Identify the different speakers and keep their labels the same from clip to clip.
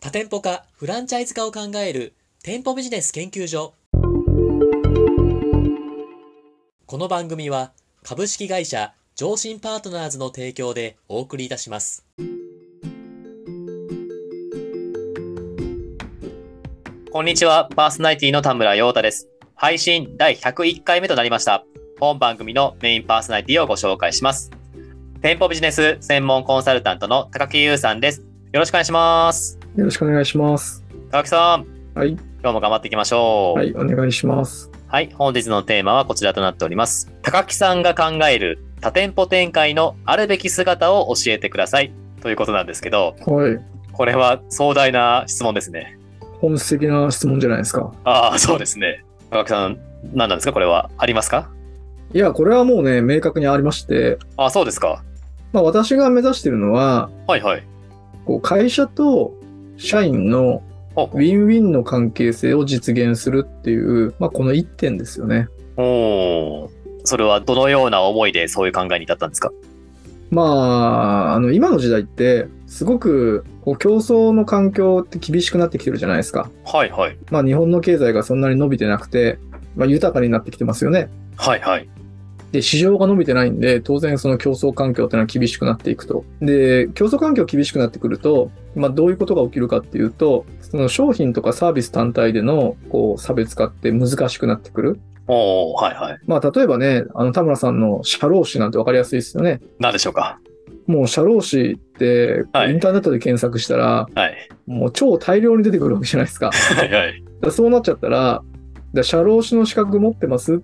Speaker 1: 多店舗化、フランチャイズ化を考える店舗ビジネス研究所。この番組は株式会社上信パートナーズの提供でお送りいたします。こんにちは、パーソナリティの田村陽太です。配信第101回目となりました。本番組のメインパーソナリティをご紹介します。店舗ビジネス専門コンサルタントの高木優さんです。よろしくお願いします。
Speaker 2: よろしくお願いします。
Speaker 1: 高木さん、
Speaker 2: はい、
Speaker 1: 今日も頑張っていきましょう。
Speaker 2: はい、お願いします。
Speaker 1: はい、本日のテーマはこちらとなっております。高木さんが考える多店舗展開のあるべき姿を教えてくださいということなんですけど、
Speaker 2: はい、
Speaker 1: これは壮大な質問ですね。
Speaker 2: 本質的な質問じゃないですか。
Speaker 1: ああ、そうですね。高木さん、何なんですかこれは。ありますか
Speaker 2: いや、これはもうね、明確にありまして、
Speaker 1: ああ、そうですか。
Speaker 2: まあ、私が目指してるのは、
Speaker 1: はいはい。
Speaker 2: こう会社と社員の
Speaker 1: お
Speaker 2: ウィンウィンの関係性を実現するっていう、まあ、この一点ですよね。
Speaker 1: おーそれはどのような思いでそういう考えに至ったんですか
Speaker 2: まあ、あの今の時代って、すごくこう競争の環境って厳しくなってきてるじゃないですか。
Speaker 1: はいはい。
Speaker 2: まあ、日本の経済がそんなに伸びてなくて、まあ、豊かになってきてますよね。
Speaker 1: はいはい。
Speaker 2: で、市場が伸びてないんで、当然その競争環境っていうのは厳しくなっていくと。で、競争環境厳しくなってくると、まあどういうことが起きるかっていうと、その商品とかサービス単体でのこう差別化って難しくなってくる。
Speaker 1: おおはいはい。
Speaker 2: まあ例えばね、あの田村さんの社労士なんてわかりやすいですよね。
Speaker 1: 何でしょうか
Speaker 2: もう社労士って
Speaker 1: はい
Speaker 2: インターネットで検索したら、
Speaker 1: はい。
Speaker 2: もう超大量に出てくるわけじゃないですか。
Speaker 1: はいはい。
Speaker 2: だからそうなっちゃったら、だから社労士の資格持ってますだか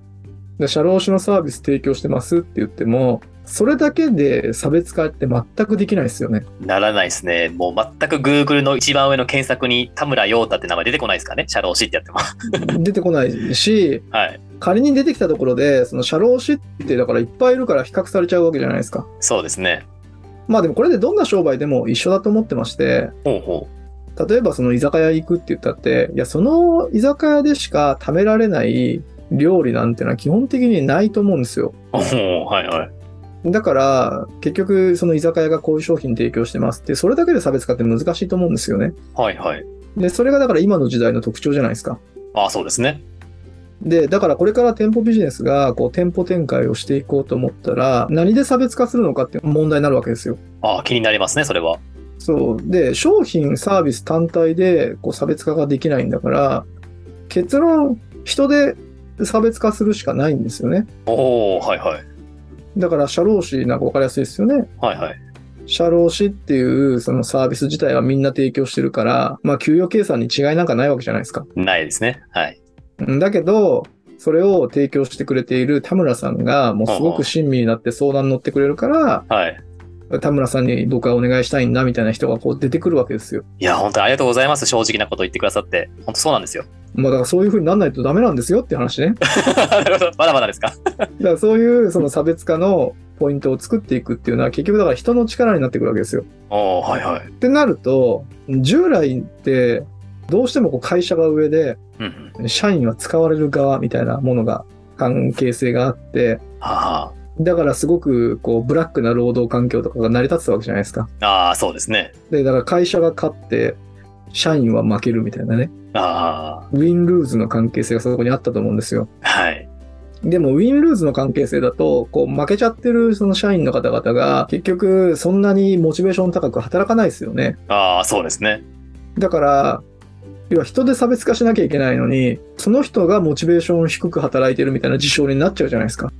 Speaker 2: ら社労士のサービス提供してますって言っても、それだけで差別化って全くできないですよね。
Speaker 1: ならないですね。もう全く Google の一番上の検索に田村陽太って名前出てこないですかね。社労士ってやっても。
Speaker 2: 出てこないし、
Speaker 1: はい。
Speaker 2: 仮に出てきたところで、その社労士ってだからいっぱいいるから比較されちゃうわけじゃないですか。
Speaker 1: そうですね。
Speaker 2: まあでもこれでどんな商売でも一緒だと思ってまして、
Speaker 1: ほうほ
Speaker 2: 例えばその居酒屋行くって言ったって、いや、その居酒屋でしか食べられない料理なんてのは基本的にないと思うんですよ。
Speaker 1: う。おおはいはい。
Speaker 2: だから、結局、その居酒屋がこういう商品提供してますって、それだけで差別化って難しいと思うんですよね。
Speaker 1: はいはい。
Speaker 2: で、それがだから今の時代の特徴じゃないですか。
Speaker 1: ああ、そうですね。
Speaker 2: で、だからこれから店舗ビジネスが、こう、店舗展開をしていこうと思ったら、何で差別化するのかって問題になるわけですよ。
Speaker 1: ああ、気になりますね、それは。
Speaker 2: そう。で、商品、サービス単体で、こう、差別化ができないんだから、結論、人で差別化するしかないんですよね。
Speaker 1: おおはいはい。
Speaker 2: だから、社労士なんか分かりやすいですよね。
Speaker 1: はいはい。
Speaker 2: 社労士っていうそのサービス自体はみんな提供してるから、まあ給与計算に違いなんかないわけじゃないですか。
Speaker 1: ないですね。はい。
Speaker 2: うんだけど、それを提供してくれている田村さんが、もうすごく親身になって相談に乗ってくれるから、
Speaker 1: はい。
Speaker 2: 田村さんに僕はお願いしたいんだみたいな人がこう出てくるわけですよ。
Speaker 1: いや、本当にありがとうございます。正直なこと言ってくださって。本当そうなんですよ。
Speaker 2: まあだからそういう風になんないとダメなんですよって話ね。だか
Speaker 1: なるほど。まだまだですか。
Speaker 2: らそういうその差別化のポイントを作っていくっていうのは結局だから人の力になってくるわけですよ。
Speaker 1: おおはいはい。
Speaker 2: ってなると、従来ってどうしてもこう会社が上で、
Speaker 1: うんうん。
Speaker 2: 社員は使われる側みたいなものが関係性があって
Speaker 1: は
Speaker 2: だからすごくこうブラックな労働環境とかが成り立ってたわけじゃないですか
Speaker 1: あ。ああ、そうですね。
Speaker 2: でだから会社が勝って社員は負けるみたいなね
Speaker 1: あ
Speaker 2: ウィンルーズの関係性がそこにあったと思うんですよ
Speaker 1: あ、はい。
Speaker 2: でもウィンルーズの関係性だとこう負けちゃってるその社員の方々が結局そんなにモチベーション高く働かないですよね
Speaker 1: ああ、そうですね。
Speaker 2: だから要は人で差別化しなきゃいけないのにその人がモチベーション低く働いてるみたいな事象になっちゃうじゃないですか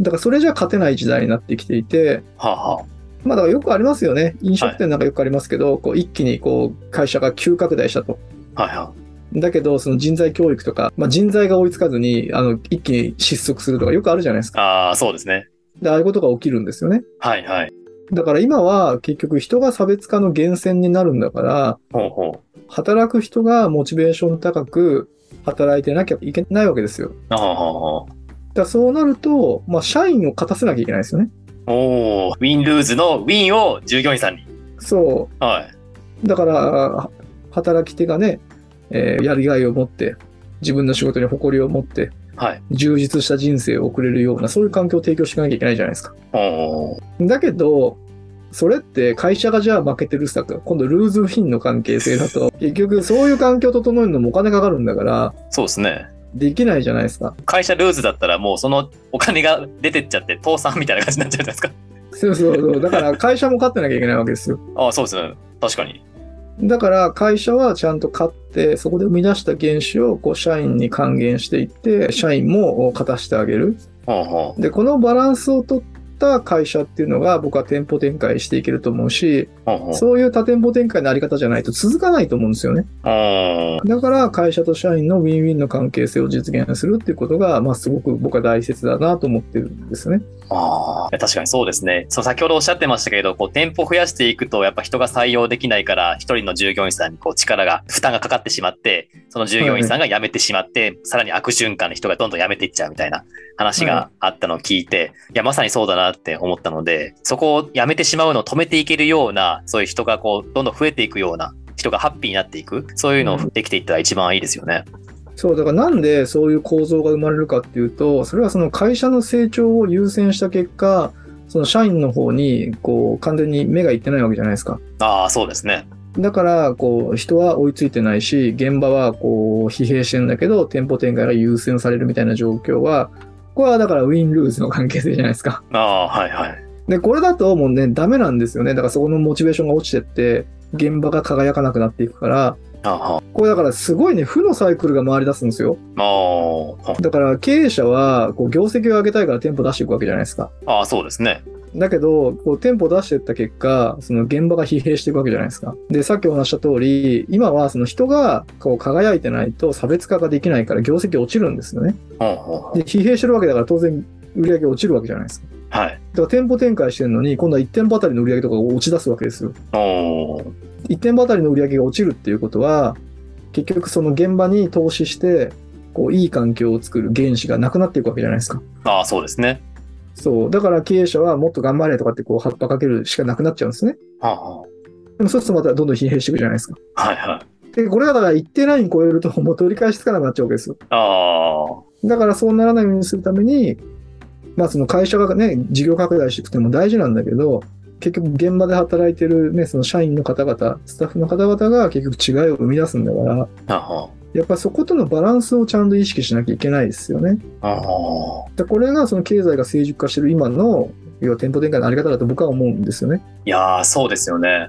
Speaker 2: だからそれじゃ勝てない時代になってきていて
Speaker 1: はあ、はあ。
Speaker 2: まあだからよくありますよね飲食店なんかよくありますけど、こう一気にこう会社が急拡大したと
Speaker 1: はいは
Speaker 2: だけどその人材教育とか、まあ、人材が追いつかずにあの一気に失速するとかよくあるじゃないです
Speaker 1: い。
Speaker 2: か
Speaker 1: ああ、そうですね。
Speaker 2: でああいうことが起きるんですよね
Speaker 1: はいはい。
Speaker 2: だから今は結局人が差別化の源泉になるんだから
Speaker 1: ほうほう。
Speaker 2: 働く人がモチベーション高く働いてなきゃいけないわけですよ。
Speaker 1: ああ、は
Speaker 2: だからそうなると、まあ、社員を勝たせなきゃいけないですよね。
Speaker 1: あ。おお、ウィンルーズのウィンを従業員さんに。
Speaker 2: そ
Speaker 1: は
Speaker 2: う。だから、は働き手がね、えーやりがいを持って、自分の仕事に誇りを持って、
Speaker 1: い。はい。
Speaker 2: 充実した人生を送れるような、そういう環境を提供していかなきゃいけないじゃないですか。
Speaker 1: おお。
Speaker 2: だけど、それって会社がじゃあ負けてるさ、今度ルーズフィンの関係性だと、結局そういう環境を整えるのもお金かかるんだから、
Speaker 1: そうですね。
Speaker 2: できないじゃないですか。
Speaker 1: 会社ルーズだったらもうそのお金が出てっちゃって倒産みたいな感じになっちゃうじゃないですか。
Speaker 2: そうそうそう。だから会社も勝ってなきゃいけないわけですよ。
Speaker 1: ああ、そうですね。確かに。
Speaker 2: だから会社はちゃんと買って、そこで生み出した原資をこう社員に還元していって、社員も勝たしてあげる。
Speaker 1: ほうほ
Speaker 2: で、このバランスを取った会社っていうのが僕は店舗展開していけると思う
Speaker 1: う。
Speaker 2: し、
Speaker 1: ほうほう。
Speaker 2: そういう多店舗展開のあり方じゃないと続かないと思うんですよね。
Speaker 1: うーん。
Speaker 2: だから会社と社員のウィンウィンの関係性を実現するっていうことが、まあすごく僕は大切だなと思ってるんですね。
Speaker 1: ああ。確かにそうですね。そう、先ほどおっしゃってましたけど、こう、店舗増やしていくと、やっぱ人が採用できないから、一人の従業員さんにこう、力が、負担がかかってしまって、その従業員さんが辞めてしまって、さらに悪循環で人がどんどん辞めていっちゃうみたいな話があったのを聞いて、いや、まさにそうだなって思ったので、そこを辞めてしまうのを止めていけるような、そういう人がこう、どんどん増えていくような、人がハッピーになっていく、そういうのをできていったら一番いいですよね。
Speaker 2: そう、だからなんでそういう構造が生まれるかっていうと、それはその会社の成長を優先した結果、その社員の方に、こう、完全に目がいってないわけじゃないですか。
Speaker 1: ああ、そうですね。
Speaker 2: だから、こう、人は追いついてないし、現場は、こう、疲弊してんだけど、店舗展開が優先されるみたいな状況は、これはだからウィン・ルーズの関係性じゃないですか。
Speaker 1: ああ、はいはい。
Speaker 2: で、これだともうね、ダメなんですよね。だからそこのモチベーションが落ちてって、現場が輝かなくなっていくから、
Speaker 1: ああ、
Speaker 2: これだからすごいね、負のサイクルが回り出すんですよ。
Speaker 1: ああ
Speaker 2: だから経営者はこう業績を上げたいから店舗出していくわけじゃないですか。
Speaker 1: ああ、そうですね。
Speaker 2: だけど、こう店舗出していった結果、その現場が疲弊していくわけじゃないですか。で、さっきお話した通り、今はその人がこう輝いてないと差別化ができないから業績落ちるんですよね。
Speaker 1: ほうほうほう
Speaker 2: で、疲弊してるわけだから当然売り上げ落ちるわけじゃないですか。
Speaker 1: はい。
Speaker 2: だから店舗展開してるのに、今度は1店舗あたりの売り上げとかが落ち出すわけですよ。
Speaker 1: おー
Speaker 2: 1店舗あたりの売り上げが落ちるっていうことは、結局その現場に投資して、こういい環境を作る原資がなくなっていくわけじゃないですか。
Speaker 1: ああ、そうですね。
Speaker 2: そう。だから経営者はもっと頑張れとかってこう、葉っぱかけるしかなくなっちゃうんですね。
Speaker 1: はあは
Speaker 2: でもそうするとまたどんどん疲弊していくじゃないですか。
Speaker 1: あ、はいはい。
Speaker 2: で、これがだから一定ライン超えるともう取り返しつかなくなっちゃうわけですよ。
Speaker 1: ああ、
Speaker 2: だからそうならないようにするために、まあその会社がね、事業拡大していくっても大事なんだけど、結局現場で働いてるね、その社員の方々、スタッフの方々が結局違いを生み出すんだから、
Speaker 1: はあは
Speaker 2: やっぱそことのバランスをちゃんと意識しなきゃいけないですよね。
Speaker 1: あ、ああ。
Speaker 2: でこれがその経済が成熟化してる今の、要は店舗展開のあり方だと僕は思うんですよね。
Speaker 1: いやー、そうですよね。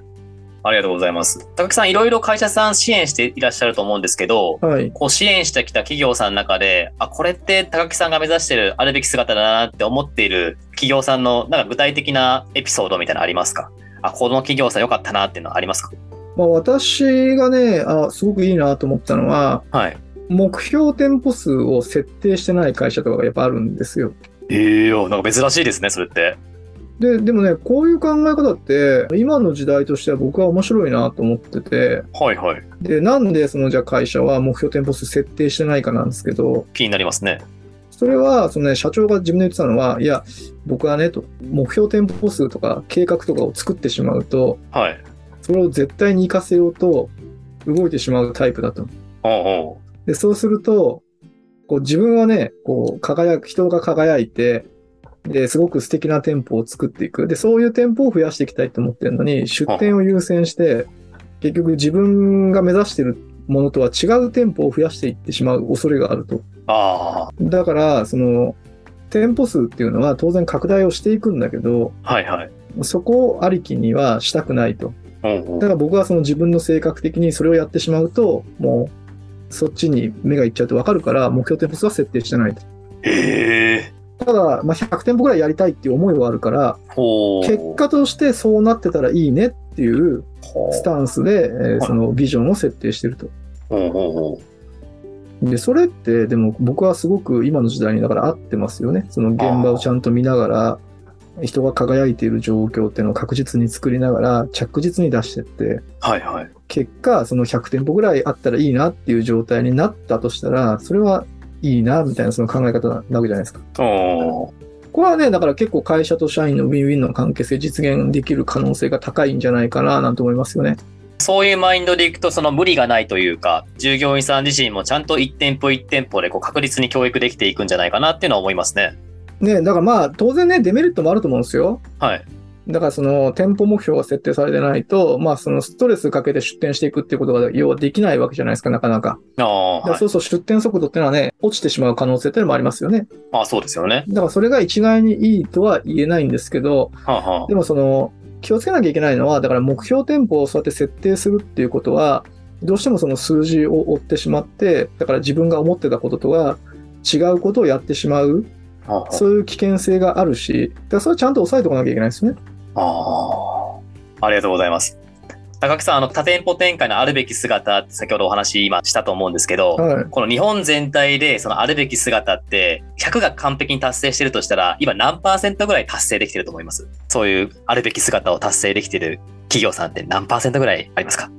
Speaker 1: ありがとうございます。高木さん、いろいろ会社さん支援していらっしゃると思うんですけど、
Speaker 2: はい。
Speaker 1: こう支援してきた企業さんの中で、あ、これって高木さんが目指してるあるべき姿だなって思っている企業さんの、なんか具体的なエピソードみたいなのありますかあ、この企業さん良かったなっていうのはありますか
Speaker 2: まあ、私がねあ、すごくいいなと思ったのは、
Speaker 1: はい。
Speaker 2: 目標店舗数を設定してない会社とかがやっぱあるんですよ。
Speaker 1: ええなんか珍しいですね、それって。
Speaker 2: で、でもね、こういう考え方って、今の時代としては僕は面白いなと思ってて、
Speaker 1: はいはい。
Speaker 2: で、なんでそのじゃあ会社は目標店舗数設定してないかなんですけど、
Speaker 1: 気になりますね。
Speaker 2: それは、そのね、社長が自分で言ってたのは、いや、僕はね、と、目標店舗数とか計画とかを作ってしまうと、
Speaker 1: はい。
Speaker 2: それを絶対に活かせようと動いてしまうタイプだと。
Speaker 1: おうおう
Speaker 2: で、そうすると、こう自分はね、こう、輝く、人が輝いて、で、すごく素敵な店舗を作っていく。で、そういう店舗を増やしていきたいと思ってるのに、出店を優先して、結局自分が目指してるものとは違う店舗を増やしていってしまう恐れがあると。
Speaker 1: あ
Speaker 2: だから、その、店舗数っていうのは当然拡大をしていくんだけど、
Speaker 1: あ、はいはい。
Speaker 2: そこありきにはしたくないと。
Speaker 1: おうおう
Speaker 2: だから僕はその自分の性格的にそれをやってしまうと、もうそっちに目がいっちゃうと分かるから、目標店舗数は設定してないと。
Speaker 1: へえ。
Speaker 2: ただ、まあ、100店舗ぐらいやりたいっていう思いはあるから、
Speaker 1: ほう。
Speaker 2: 結果としてそうなってたらいいねっていう
Speaker 1: ほう
Speaker 2: スタンスで、えーそのビジョンを設定してると。
Speaker 1: ほうほうほ
Speaker 2: で、それって、でも僕はすごく今の時代にだから合ってますよね。その現場をちゃんと見ながら、人が輝いている状況っていうのを確実に作りながら、着実に出してって、
Speaker 1: うはいはい。
Speaker 2: 結果、その100店舗ぐらいあったらいいなっていう状態になったとしたら、それはいいなみたいなその考え方なわけじゃないですか。
Speaker 1: おう
Speaker 2: これはね、だから結構会社と社員のウィンウィンの関係性実現できる可能性が高いんじゃないかななんて思いますよね。
Speaker 1: そういうマインドでいくと、その無理がないというか、従業員さん自身もちゃんと一店舗一店舗でこう確実に教育できていくんじゃないかなっていうのは思いますね。
Speaker 2: ね、だからまあ当然ね、デメリットもあると思うんですよ。
Speaker 1: はい。
Speaker 2: だからその店舗目標が設定されてないと、まあそのストレスかけて出店していくっていうことが要はできないわけじゃないですか、なかなか。
Speaker 1: ああ、
Speaker 2: だから
Speaker 1: はい
Speaker 2: そうそう、出店速度ってのはね、落ちてしまう可能性ってのもありますよね。
Speaker 1: まあそうですよね。
Speaker 2: だからそれが一概にいいとは言えないんですけど、
Speaker 1: はあ、は
Speaker 2: でもその気をつけなきゃいけないのは、だから目標店舗をそうやって設定するっていうことは、どうしてもその数字を追ってしまって、だから自分が思ってたこととは違うことをやってしまう、
Speaker 1: あ、は
Speaker 2: そういう危険性があるし、だからそれはちゃんと抑えておかなきゃいけないですね。
Speaker 1: あ、はあ、ありがとうございます。高木さん、あの、多店舗展開のあるべき姿って先ほどお話今したと思うんですけど、
Speaker 2: はい。
Speaker 1: この日本全体でそのあるべき姿って100が完璧に達成してるとしたら今何パーセントぐらい達成できてると思いますそういうあるべき姿を達成できてる企業さんって何パーセントぐらいありますか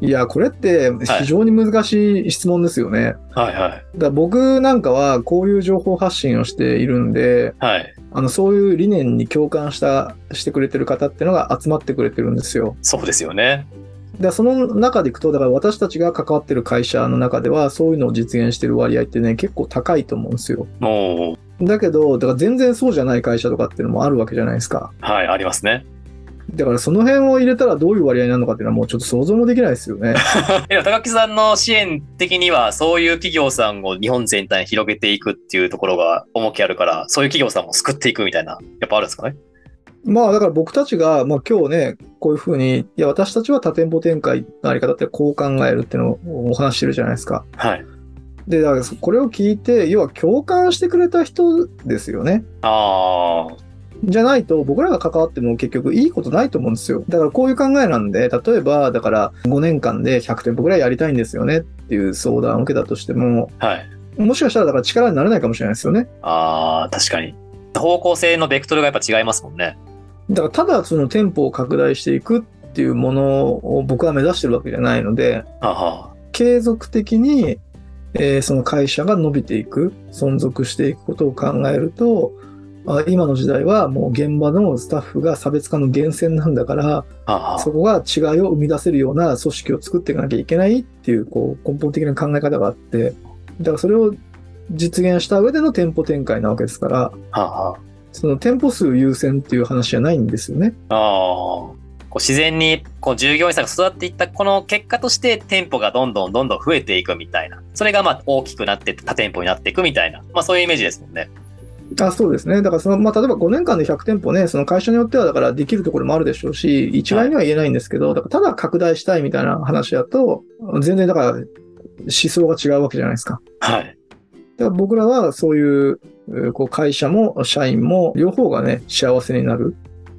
Speaker 2: いや、これって非常に難しい質問ですよね。だか
Speaker 1: はいはい
Speaker 2: ら僕なんかはこういう情報発信をしているんで、
Speaker 1: はい
Speaker 2: あのそういう理念に共感したしてくれてる方っていうのが集まってくれてるんですよ。
Speaker 1: そうですよね
Speaker 2: でその中でいくと、だから私たちが関わってる会社の中では、そういうのを実現してる割合ってね、結構高いと思うんですよ。
Speaker 1: もう
Speaker 2: だけど、だから全然そうじゃない会社とかっていうのもあるわけじゃないですか。
Speaker 1: はいありますね
Speaker 2: だからその辺を入れたらどういう割合になるのかっていうのはもうちょっと想像もできないですよね。
Speaker 1: でも高木さんの支援的にはそういう企業さんを日本全体に広げていくっていうところが重きあるからそういう企業さんも救っていくみたいなやっぱあるんですかね
Speaker 2: まあだから僕たちが、まあ今日ね、こういうふうに、いや私たちは多店舗展開のあり方ってこう考えるっていうのをお話ししてるじゃないですか。
Speaker 1: はい
Speaker 2: で、だからこれを聞いて、要は共感してくれた人ですよね。
Speaker 1: ああ
Speaker 2: じゃないと僕らが関わっても結局いいことないと思うんですよ。だからこういう考えなんで、例えばだから5年間で100店舗ぐらいやりたいんですよねっていう相談を受けたとしても、
Speaker 1: はい
Speaker 2: もしかしたらだから力になれないかもしれないですよね。
Speaker 1: あー確かに方向性のベクトルがやっぱ違いますもんね
Speaker 2: だからただその店舗を拡大していくっていうものを僕は目指してるわけじゃないので、
Speaker 1: はあは
Speaker 2: 継続的に、えーその会社が伸びていく、存続していくことを考えると、あ今の時代はもう現場のスタッフが差別化の源泉なんだから、
Speaker 1: あはあはあ
Speaker 2: そこが違いを生み出せるような組織を作っていかなきゃいけないっていうこう根本的な考え方があって、だからそれを実現した上での店舗展開なわけですから、
Speaker 1: はあは
Speaker 2: その店舗数優先っていう話じゃないんですよね。
Speaker 1: ああーこう自然にこう従業員さんが育っていったこの結果として店舗がどんどんどんどん増えていくみたいなそれがまあ大きくなってって多店舗になっていくみたいな、まあ、そういうイメージですもんね
Speaker 2: あそうですね。だからその、まあ、例えば5年間で100店舗ね、その会社によってはだからできるところもあるでしょうし、一概には言えないんですけど、だからただ拡大したいみたいな話だと、全然だから思想が違うわけじゃないですか。
Speaker 1: はい
Speaker 2: だから僕らはそういううーこう会社も社員も両方がね幸せになる、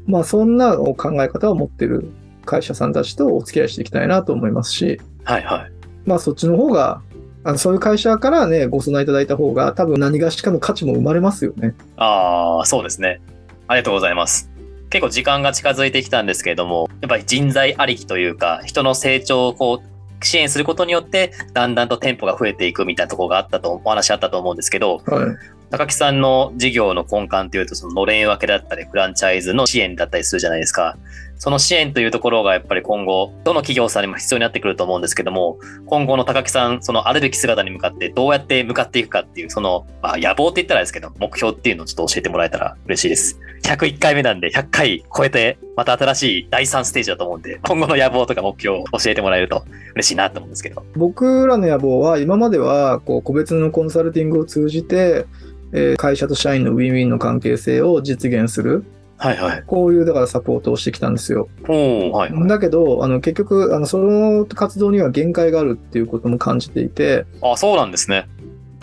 Speaker 2: まあ、そんなお考え方を持ってる会社さんたちとお付き合いしていきたいなと思いますし、
Speaker 1: はいはい
Speaker 2: まあ、そっちの方があのそういう会社からねご相談いただいた方が多分何がしかの価値も生まれますよね。
Speaker 1: ああそうですねありがとうございます結構時間が近づいてきたんですけれどもやっぱり人材ありきというか人の成長をこう支援することによってだんだんと店舗が増えていくみたいなところがあったとお話あったと思うんですけど
Speaker 2: はい、
Speaker 1: 高木さんの事業の根幹というと、そののれん分けだったり、フランチャイズの支援だったりするじゃないですか。その支援というところがやっぱり今後、どの企業さんにも必要になってくると思うんですけども、今後の高木さん、そのあるべき姿に向かってどうやって向かっていくかっていう、その、まあ、野望って言ったらあれですけど、目標っていうのをちょっと教えてもらえたら嬉しいです。101回目なんで、100回超えて、また新しい第3ステージだと思うんで、今後の野望とか目標を教えてもらえると嬉しいなと思うんですけど。
Speaker 2: 僕らの野望は今まではこう個別のコンサルティングを通じて、えー会社と社員のウィンウィンの関係性を実現する
Speaker 1: はいはい。
Speaker 2: こういうだからサポートをしてきたんですよ。
Speaker 1: おー、はいはい。
Speaker 2: だけど、あの結局、あのその活動には限界があるっていうことも感じていて、
Speaker 1: あ、そうなんですね。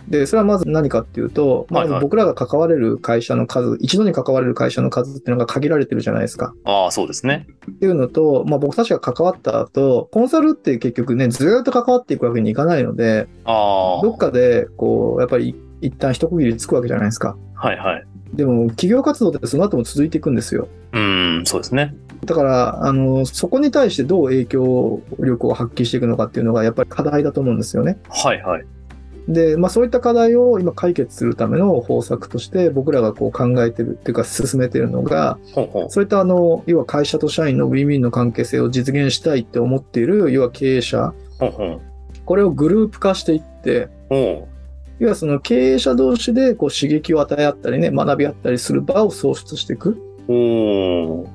Speaker 2: で、それはまず何かっていうと、ま
Speaker 1: はいは
Speaker 2: ず
Speaker 1: い
Speaker 2: 僕らが関われる会社の数、一度に関われる会社の数っていうのが限られてるじゃないですか。
Speaker 1: ああ、そうですね。
Speaker 2: っていうのと、まあ僕たちが関わった後、コンサルって結局ね、ずっと関わっていくわけにいかないので、
Speaker 1: ああ。
Speaker 2: どっかで、こう、やっぱり一旦一区切りつくわけじゃないですか。
Speaker 1: はいはい。
Speaker 2: でも、企業活動ってその後も続いていくんですよ。
Speaker 1: うーん、そうですね。
Speaker 2: だから、あの、そこに対してどう影響力を発揮していくのかっていうのが、やっぱり課題だと思うんですよね。
Speaker 1: はいはい。
Speaker 2: で、まあ、そういった課題を今解決するための方策として僕らがこう考えてるっていうか進めてるのが
Speaker 1: ほうほう。
Speaker 2: そういったあの要は会社と社員のウィンウィンの関係性を実現したいって思っている要は経営者
Speaker 1: ほうほう。
Speaker 2: これをグループ化していって
Speaker 1: ほ
Speaker 2: 要はその経営者同士でこう刺激を与え合ったりね学び合ったりする場を創出していく
Speaker 1: う。おー。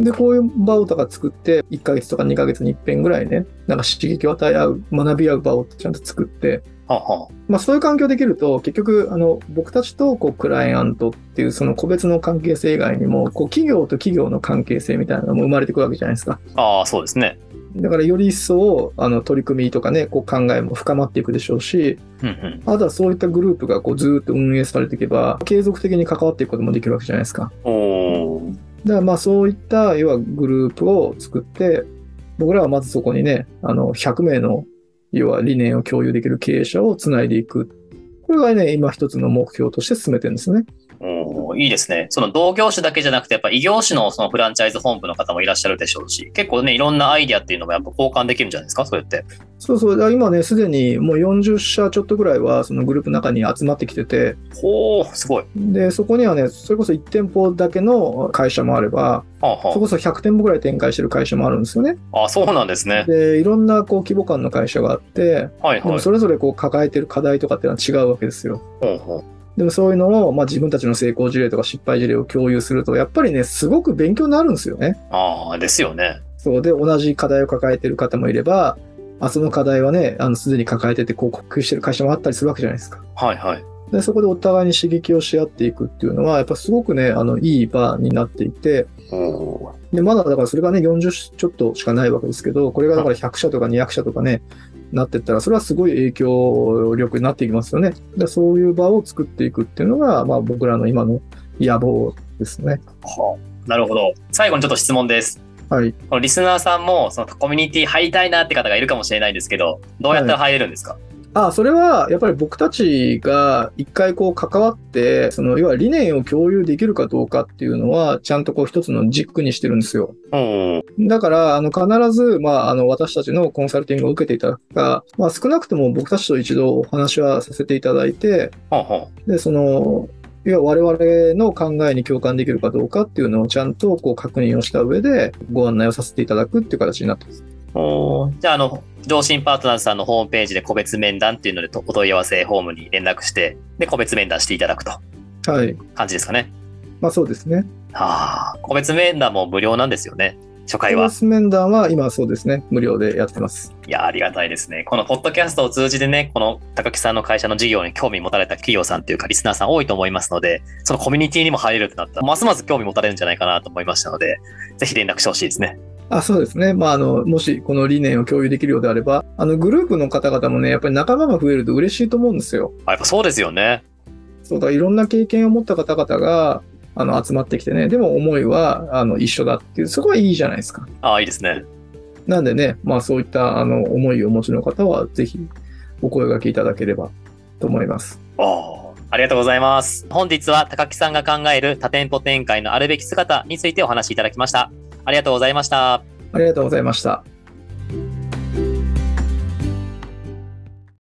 Speaker 2: で、こういう場をとか作って、1ヶ月とか2ヶ月に一遍ぐらいね、なんか刺激を与え合う、学び合う場をちゃんと作って、
Speaker 1: はあは
Speaker 2: まあそういう環境できると、結局、あの、僕たちと、こう、クライアントっていう、その個別の関係性以外にも、こう、企業と企業の関係性みたいなのも生まれてくるわけじゃないですか。
Speaker 1: あ。ああ、そうですね。
Speaker 2: だから、より一層、あの、取り組みとかね、こう、考えも深まっていくでしょうし、
Speaker 1: うんうん。
Speaker 2: あとはそういったグループが、こう、ずーっと運営されていけば、継続的に関わっていくこともできるわけじゃないですか。
Speaker 1: おー。
Speaker 2: だからまあそういった要はグループを作って、僕らはまずそこにね、あの100名の要は理念を共有できる経営者をつないでいく。これがね、今一つの目標として進めてるんですね。
Speaker 1: おーいいですね。その同業種だけじゃなくて、やっぱ異業種のそのフランチャイズ本部の方もいらっしゃるでしょうし、結構ね、いろんなアイディアっていうのもやっぱ交換できるんじゃないですか、そうやって。
Speaker 2: そうそう、だから今ね、すでにもう40社ちょっとぐらいはそのグループの中に集まってきてて、
Speaker 1: ほー、すごい。は
Speaker 2: で、そこにはね、それこそ1店舗だけの会社もあれば、
Speaker 1: あ、
Speaker 2: そ
Speaker 1: は
Speaker 2: れこそ100店舗ぐらい展開してる会社もあるんですよね。
Speaker 1: あ、あ、そうなんですね。
Speaker 2: で、いろんなこう規模感の会社があって、
Speaker 1: はい
Speaker 2: で
Speaker 1: は
Speaker 2: も
Speaker 1: い。
Speaker 2: それぞれこう抱えてる課題とかっていうのは違うわけですよ。
Speaker 1: ほうほう
Speaker 2: でもそういうのを、まあ、自分たちの成功事例とか失敗事例を共有すると、やっぱりね、すごく勉強になるんですよね。
Speaker 1: ああ、ですよね。
Speaker 2: そうで、同じ課題を抱えてる方もいれば、あその課題はね、あの、すでに抱えてて、こう、克服してる会社もあったりするわけじゃないですか。
Speaker 1: はいはい。
Speaker 2: で、そこでお互いに刺激をし合っていくっていうのは、やっぱすごくね、あの、いい場になっていて、
Speaker 1: おー
Speaker 2: で、まだだからそれがね、40ちょっとしかないわけですけど、これがだから100社とか200社とかね、なってったら、それはすごい影響力になっていきますよね。で、そういう場を作っていくっていうのが、まあ僕らの今の野望ですね。
Speaker 1: はあなるほど。最後にちょっと質問です。
Speaker 2: はい。
Speaker 1: このリスナーさんも、そのコミュニティ入りたいなって方がいるかもしれないんですけど、どうやったら入れるんですか、
Speaker 2: あ、それはやっぱり僕たちが一回こう関わって、その、要は理念を共有できるかどうかっていうのは、ちゃんとこう一つの軸にしてるんですよ。
Speaker 1: おー
Speaker 2: だから、あの、必ず、まあ、あの、私たちのコンサルティングを受けていただくか、まあ、少なくとも僕たちと一度お話はさせていただいて、
Speaker 1: ほうほ
Speaker 2: で、その、いや我々の考えに共感できるかどうかっていうのをちゃんとこう確認をした上でご案内をさせていただくっていう形になってます。
Speaker 1: うおーじゃあ、あの、上信パートナーズさんのホームページで個別面談っていうので、お問い合わせフォームに連絡して、で、個別面談していただくと。
Speaker 2: はい。
Speaker 1: 感じですかね。
Speaker 2: まあそうですね。
Speaker 1: はあ、個別面談も無料なんですよね。初回
Speaker 2: コー
Speaker 1: は。
Speaker 2: ス面談は今そうですね、無料でやってます。
Speaker 1: いや、ありがたいですね。このポッドキャストを通じてね、この高木さんの会社の事業に興味持たれた企業さんというか、リスナーさん多いと思いますので、そのコミュニティにも入れるとなったら、ますます興味持たれるんじゃないかなと思いましたので、ぜひ連絡してほしいですね。
Speaker 2: あ、そうですね。まああの、もしこの理念を共有できるようであれば、あのグループの方々もね、やっぱり仲間が増えると嬉しいと思うんですよ。
Speaker 1: あやっぱそうですよね。
Speaker 2: そうだ、いろんな経験を持った方々が、あの、集まってきてね、でも思いは、あの、一緒だっていう、そこはいいじゃないですか。
Speaker 1: ああ、いいですね。
Speaker 2: なんでね、まあそういった、あの、思いをお持ちの方は、ぜひ、お声掛けいただければと思います。
Speaker 1: おーありがとうございます。本日は高木さんが考える多店舗展開のあるべき姿についてお話しいただきました。ありがとうございました。
Speaker 2: ありがとうございました。